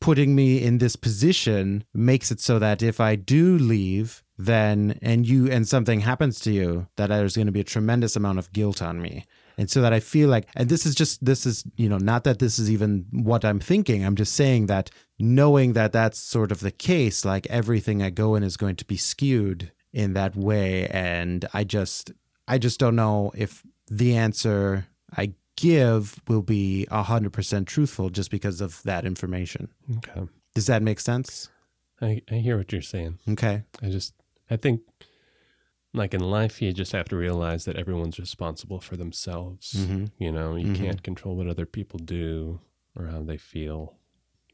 [SPEAKER 4] putting me in this position makes it so that if I do leave, then and you and something happens to you, that there's going to be a tremendous amount of guilt on me. And so that I feel like, and this is just, this is, you know, not that this is even what I'm thinking. I'm just saying that knowing that that's sort of the case, like everything I go in is going to be skewed in that way. And I just, I just don't know if the answer I give will be 100% truthful just because of that information.
[SPEAKER 2] Okay.
[SPEAKER 4] Does that make sense?
[SPEAKER 2] I, I hear what you're saying.
[SPEAKER 4] Okay.
[SPEAKER 2] I just I think like in life, you just have to realize that everyone's responsible for themselves.
[SPEAKER 4] Mhm.
[SPEAKER 2] You know, you
[SPEAKER 4] Mhm.
[SPEAKER 2] can't control what other people do or how they feel.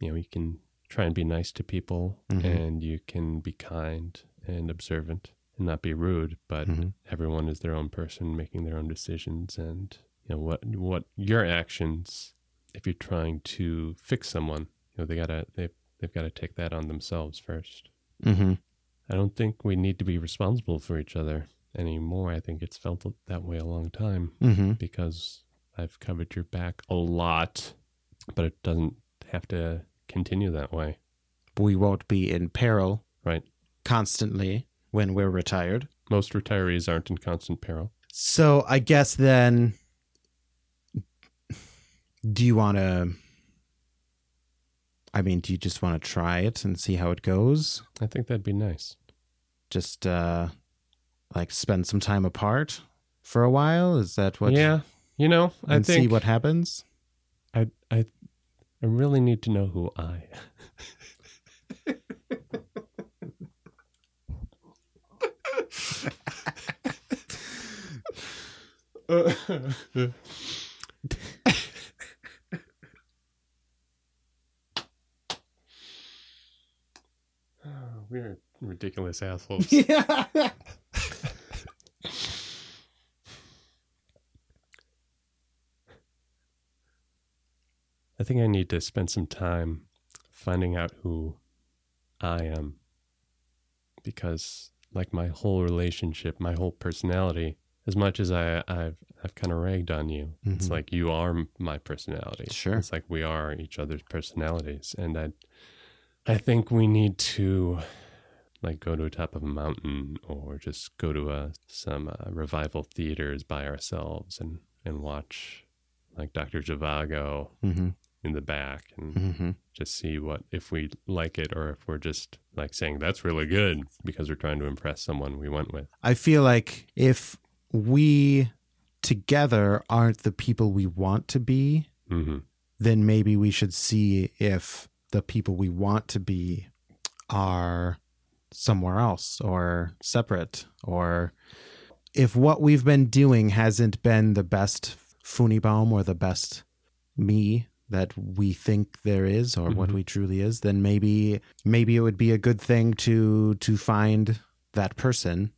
[SPEAKER 2] You know, you can try and be nice to people
[SPEAKER 4] Mhm.
[SPEAKER 2] and you can be kind and observant and not be rude, but
[SPEAKER 4] Mhm.
[SPEAKER 2] everyone is their own person making their own decisions and you know what what your actions if you're trying to fix someone, you know, they got to they they've got to take that on themselves first.
[SPEAKER 4] Mm-hmm.
[SPEAKER 2] I don't think we need to be responsible for each other anymore. I think it's felt that way a long time
[SPEAKER 4] Mm-hmm.
[SPEAKER 2] because I've covered your back a lot, but it doesn't have to continue that way.
[SPEAKER 4] We won't be in peril
[SPEAKER 2] Right.
[SPEAKER 4] constantly when we're retired.
[SPEAKER 2] Most retirees aren't in constant peril.
[SPEAKER 4] So I guess then, do you want to? I mean, do you just want to try it and see how it goes?
[SPEAKER 2] I think that'd be nice.
[SPEAKER 4] Just uh, like spend some time apart for a while. Is that what?
[SPEAKER 2] yeah. You know, I
[SPEAKER 4] and
[SPEAKER 2] think
[SPEAKER 4] see what happens.
[SPEAKER 2] I I I really need to know who I
[SPEAKER 3] Uh,
[SPEAKER 2] We're ridiculous assholes. I think I need to spend some time finding out who I am. Because like my whole relationship, my whole personality, as much as I, I've I've kind of ragged on you, it's
[SPEAKER 4] Mhm.
[SPEAKER 2] like you are m- my personality.
[SPEAKER 4] Sure.
[SPEAKER 2] It's like we are each other's personalities. And I I think we need to like go to the top of a mountain or just go to a, some uh, revival theaters by ourselves and, and watch like Dr. Zhivago
[SPEAKER 4] Mm-hmm.
[SPEAKER 2] in the back and
[SPEAKER 4] Mm-hmm.
[SPEAKER 2] just see what if we like it or if we're just like saying that's really good because we're trying to impress someone we went with.
[SPEAKER 4] I feel like if we together aren't the people we want to be,
[SPEAKER 2] hmm
[SPEAKER 4] then maybe we should see if the people we want to be are somewhere else or separate or if what we've been doing hasn't been the best Funibaum or the best me that we think there is or what
[SPEAKER 2] Mhm.
[SPEAKER 4] we truly is then maybe maybe it would be a good thing to to find that person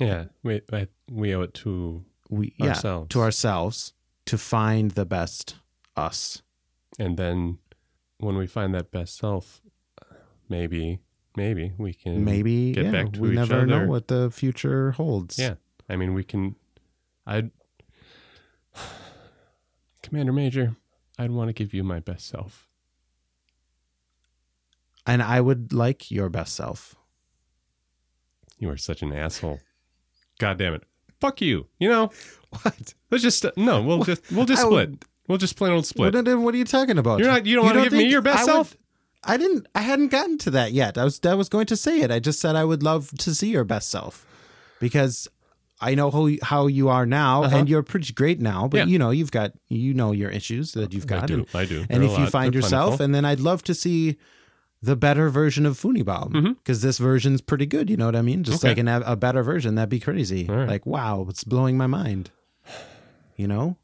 [SPEAKER 2] Yeah, we I, we owe it to
[SPEAKER 4] we yeah
[SPEAKER 2] ourselves
[SPEAKER 4] to ourselves to find the best us
[SPEAKER 2] and then when we find that best self, maybe maybe we can
[SPEAKER 4] maybe
[SPEAKER 2] get
[SPEAKER 4] yeah,
[SPEAKER 2] back to
[SPEAKER 4] we
[SPEAKER 2] each
[SPEAKER 4] never know
[SPEAKER 2] other.
[SPEAKER 4] what the future holds
[SPEAKER 2] Yeah. I mean, we can. I'd. Commander Major, I'd want to give you my best self.
[SPEAKER 4] and i would like your best self
[SPEAKER 2] You are such an asshole. God damn it. Fuck you. You know,
[SPEAKER 4] what
[SPEAKER 2] let's just uh, no. We'll just we'll just
[SPEAKER 4] I
[SPEAKER 2] split.
[SPEAKER 4] would-
[SPEAKER 2] We'll just plain old split.
[SPEAKER 4] what, are- what are you talking about
[SPEAKER 2] You're not. You don't want to give me
[SPEAKER 4] think-
[SPEAKER 2] your best
[SPEAKER 4] I would-
[SPEAKER 2] self.
[SPEAKER 4] i didn't i hadn't gotten to that yet i was i was going to say it i just said i would love to see your best self because I know how how you are now,
[SPEAKER 2] Uh-huh.
[SPEAKER 4] and you're pretty great now. But
[SPEAKER 2] Yeah.
[SPEAKER 4] you know you've got you know your issues that you've got,
[SPEAKER 2] I
[SPEAKER 4] and
[SPEAKER 2] do. I do. They're
[SPEAKER 4] and
[SPEAKER 2] a
[SPEAKER 4] if you
[SPEAKER 2] lot.
[SPEAKER 4] find
[SPEAKER 2] They're
[SPEAKER 4] yourself,
[SPEAKER 2] plentiful.
[SPEAKER 4] and then I'd love to see the better version of Funibaum
[SPEAKER 2] Mhm.
[SPEAKER 4] because this version's pretty good. You know what I mean? Just
[SPEAKER 2] Okay.
[SPEAKER 4] like an, a better version, that'd be crazy.
[SPEAKER 2] All right.
[SPEAKER 4] Like wow, it's blowing my mind. You know.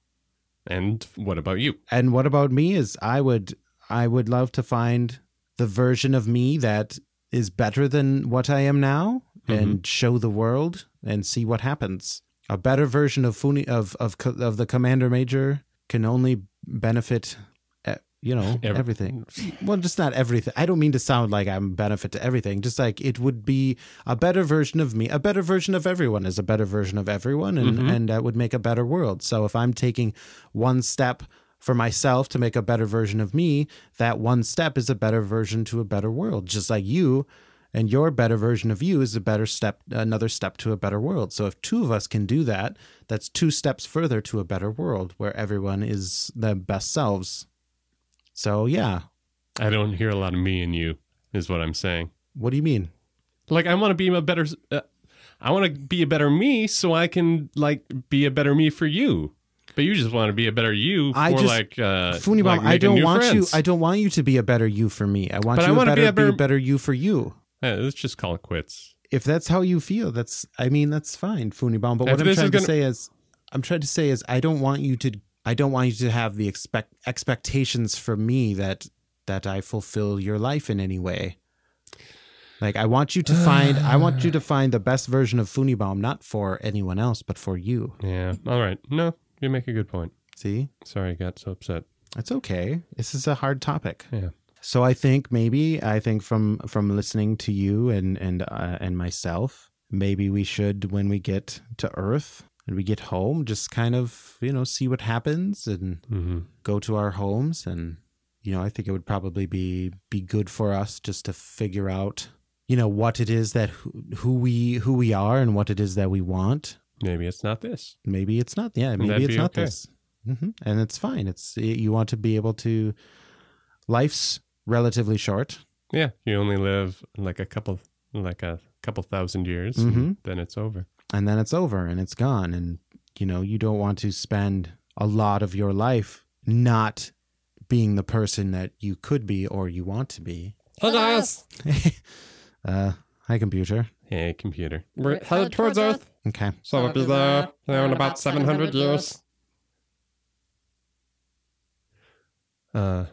[SPEAKER 2] and what about you?
[SPEAKER 4] And what about me? Is I would I would love to find the version of me that is better than what I am now,
[SPEAKER 2] Mm-hmm.
[SPEAKER 4] and show the world and see what happens. A better version of Funi of of co- of the commander major can only benefit. eh, You know
[SPEAKER 2] Every-
[SPEAKER 4] everything. Well, just not everything. I don't mean to sound like I'm a benefit to everything. Just like it would be a better version of me. A better version of everyone is a better version of everyone, and
[SPEAKER 2] Mhm.
[SPEAKER 4] and that would make a better world. So if I'm taking one step for myself to make a better version of me, that one step is a better version to a better world. Just like you and your better version of you is a better step another step to a better world. So if two of us can do that, that's two steps further to a better world where everyone is their best selves. So yeah,
[SPEAKER 2] I don't hear a lot of me and you. Is what I'm saying.
[SPEAKER 4] what do you mean?
[SPEAKER 2] Like I want to be a better. Uh, I want to be a better me, so I can like be a better me for you. But you just want to be a better you for
[SPEAKER 4] I just-
[SPEAKER 2] like uh,
[SPEAKER 4] Funibom,
[SPEAKER 2] like
[SPEAKER 4] I
[SPEAKER 2] making
[SPEAKER 4] don't
[SPEAKER 2] new
[SPEAKER 4] want
[SPEAKER 2] friends.
[SPEAKER 4] you. I don't want you to be a better you for me. I want
[SPEAKER 2] But I
[SPEAKER 4] you to
[SPEAKER 2] wanna be
[SPEAKER 4] better,
[SPEAKER 2] a better-
[SPEAKER 4] be a better you for you.
[SPEAKER 2] Uh, let's just call it quits.
[SPEAKER 4] if that's how you feel, that's I mean that's fine, Funibom. But
[SPEAKER 2] If
[SPEAKER 4] what I'm
[SPEAKER 2] this is
[SPEAKER 4] trying
[SPEAKER 2] gonna-
[SPEAKER 4] to say is, I'm trying to say is I don't want you to I don't want you to have the expect expectations from me that that I fulfill your life in any way. Like I want you to find I want you to find the best version of Funibom, not for anyone else, but for you.
[SPEAKER 2] Yeah. All right. No, you make a good point.
[SPEAKER 4] See,
[SPEAKER 2] Sorry, I got so upset.
[SPEAKER 4] it's okay. This is a hard topic.
[SPEAKER 2] Yeah.
[SPEAKER 4] So I think maybe I think from from listening to you and and uh, and myself, maybe we should when we get to Earth and we get home, just kind of you know see what happens and
[SPEAKER 2] Mm-hmm.
[SPEAKER 4] go to our homes and you know I think it would probably be be good for us just to figure out you know what it is that who, who we who we are and what it is that we want.
[SPEAKER 2] Maybe it's not this.
[SPEAKER 4] Maybe it's not. Yeah, maybe
[SPEAKER 2] that'd
[SPEAKER 4] it's
[SPEAKER 2] be
[SPEAKER 4] not
[SPEAKER 2] okay.
[SPEAKER 4] this. hmm And it's fine. It's you want to be able to. Life's relatively short.
[SPEAKER 2] Yeah. You only live like a couple, like a couple thousand years,
[SPEAKER 4] Mhm.
[SPEAKER 2] and then it's over.
[SPEAKER 4] and then it's over and it's gone and you know you don't want to spend a lot of your life not being the person that you could be or you want to be
[SPEAKER 3] Hey guys,
[SPEAKER 4] uh hi computer
[SPEAKER 2] Hey, computer.
[SPEAKER 3] we're headed towards Earth,
[SPEAKER 4] okay
[SPEAKER 3] so we'll be there there in about 700 years.
[SPEAKER 2] Uh,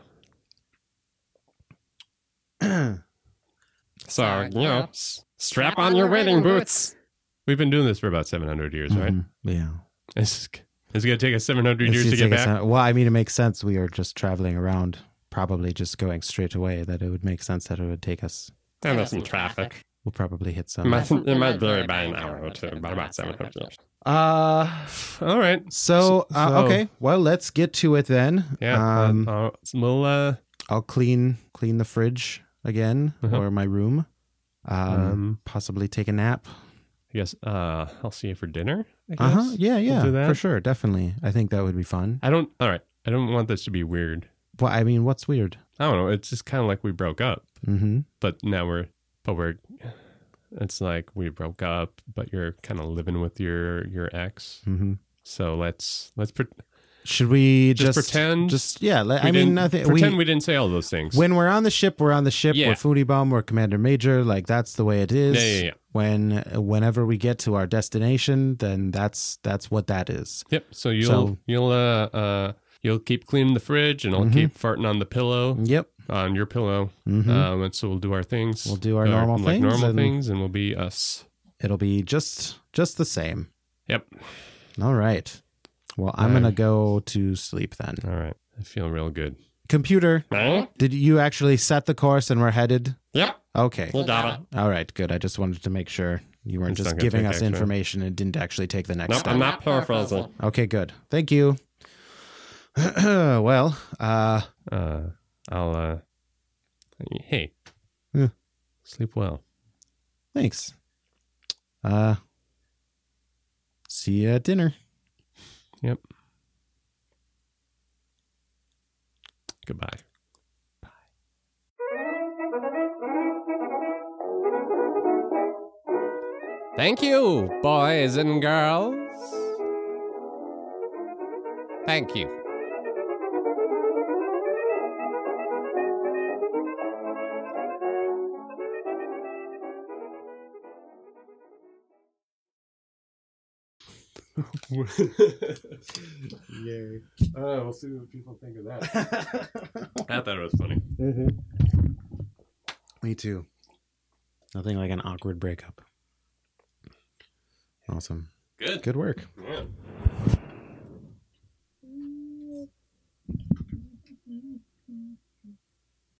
[SPEAKER 3] So,
[SPEAKER 5] Sorry,
[SPEAKER 3] you know,
[SPEAKER 5] yeah.
[SPEAKER 3] s- strap on your wading boots.
[SPEAKER 2] we've been doing this for about 700 years, right?
[SPEAKER 4] Mhm. yeah
[SPEAKER 2] It's, is it's going to take us 700
[SPEAKER 4] It's
[SPEAKER 2] years to
[SPEAKER 4] just
[SPEAKER 2] get
[SPEAKER 4] like a
[SPEAKER 2] back.
[SPEAKER 4] sen- well i mean it makes sense we are just traveling around probably just going straight away that it would make sense that it would take us
[SPEAKER 3] And there's some traffic.
[SPEAKER 4] we'll probably hit
[SPEAKER 3] It
[SPEAKER 4] some
[SPEAKER 3] might, it might vary by an hour or two, by about 700 years.
[SPEAKER 4] uh
[SPEAKER 2] All right.
[SPEAKER 4] so, uh,
[SPEAKER 2] So-
[SPEAKER 4] okay well let's get to it then
[SPEAKER 2] Yeah. Um,
[SPEAKER 4] um
[SPEAKER 2] uh, we'll, uh,
[SPEAKER 4] I'll clean clean the fridge again
[SPEAKER 2] Uh-huh.
[SPEAKER 4] or my room. Um,
[SPEAKER 2] Um,
[SPEAKER 4] possibly take a nap.
[SPEAKER 2] I guess uh, I'll see you for dinner. I guess.
[SPEAKER 4] Uh huh. Yeah, yeah.
[SPEAKER 2] do that.
[SPEAKER 4] For sure, definitely. I think that would be fun.
[SPEAKER 2] I don't. All right. I don't want this to be weird.
[SPEAKER 4] Well, I mean, what's weird?
[SPEAKER 2] I don't know. It's just kind of like we broke up,
[SPEAKER 4] Mm-hmm.
[SPEAKER 2] but now we're, but we're, it's like we broke up, but you're kind of living with your your ex.
[SPEAKER 4] Mm-hmm.
[SPEAKER 2] So let's let's pre-
[SPEAKER 4] Should we
[SPEAKER 2] just,
[SPEAKER 4] just,
[SPEAKER 2] pretend.
[SPEAKER 4] Just yeah. Let,
[SPEAKER 2] we
[SPEAKER 4] I mean,
[SPEAKER 2] didn't-
[SPEAKER 4] I think
[SPEAKER 2] pretend
[SPEAKER 4] we,
[SPEAKER 2] we, didn't say all those things.
[SPEAKER 4] when we're on the ship, we're on the ship.
[SPEAKER 2] Yeah.
[SPEAKER 4] We're foodie bomb. We're commander major. Like that's the way it is.
[SPEAKER 2] yeah, yeah, yeah.
[SPEAKER 4] When whenever we get to our destination, then that's that's what that is.
[SPEAKER 2] Yep. So you'll
[SPEAKER 4] So-
[SPEAKER 2] you'll uh uh you'll keep cleaning the fridge, and I'll
[SPEAKER 4] Mhm.
[SPEAKER 2] keep farting on the pillow
[SPEAKER 4] Yep.
[SPEAKER 2] on your pillow.
[SPEAKER 4] Mm-hmm.
[SPEAKER 2] Um, and so we'll do our things.
[SPEAKER 4] We'll do our
[SPEAKER 2] Uh,
[SPEAKER 4] normal
[SPEAKER 2] like
[SPEAKER 4] things
[SPEAKER 2] normal
[SPEAKER 4] and-
[SPEAKER 2] things, and we'll be us.
[SPEAKER 4] It'll be just just the same.
[SPEAKER 2] Yep.
[SPEAKER 4] All right. Well, I'm
[SPEAKER 2] Um,
[SPEAKER 4] gonna go to sleep then.
[SPEAKER 2] All right. I feel real good.
[SPEAKER 4] Computer,
[SPEAKER 3] Huh?
[SPEAKER 4] did you actually set the course and we're headed?
[SPEAKER 3] Yep,
[SPEAKER 4] Okay.
[SPEAKER 3] you got it.
[SPEAKER 4] All right. Good. I just wanted to make sure you weren't
[SPEAKER 2] It's
[SPEAKER 4] just
[SPEAKER 2] not gonna
[SPEAKER 4] giving
[SPEAKER 2] take
[SPEAKER 4] us
[SPEAKER 2] action.
[SPEAKER 4] information and didn't actually take the next
[SPEAKER 3] Nope,
[SPEAKER 4] step.
[SPEAKER 3] I'm not paraphrasing.
[SPEAKER 4] Okay. Good. Thank you. well, uh,
[SPEAKER 2] Uh, I'll. uh Hey.
[SPEAKER 4] Yeah.
[SPEAKER 2] Sleep well.
[SPEAKER 4] thanks. Uh, see you at dinner.
[SPEAKER 2] Yep. Goodbye.
[SPEAKER 5] Thank you, boys and girls. Thank you.
[SPEAKER 2] Oh, we'll see what people think of that. I thought it was funny.
[SPEAKER 4] Me too. Nothing like an awkward breakup. Awesome.
[SPEAKER 2] Good.
[SPEAKER 4] Good work.
[SPEAKER 2] Yeah.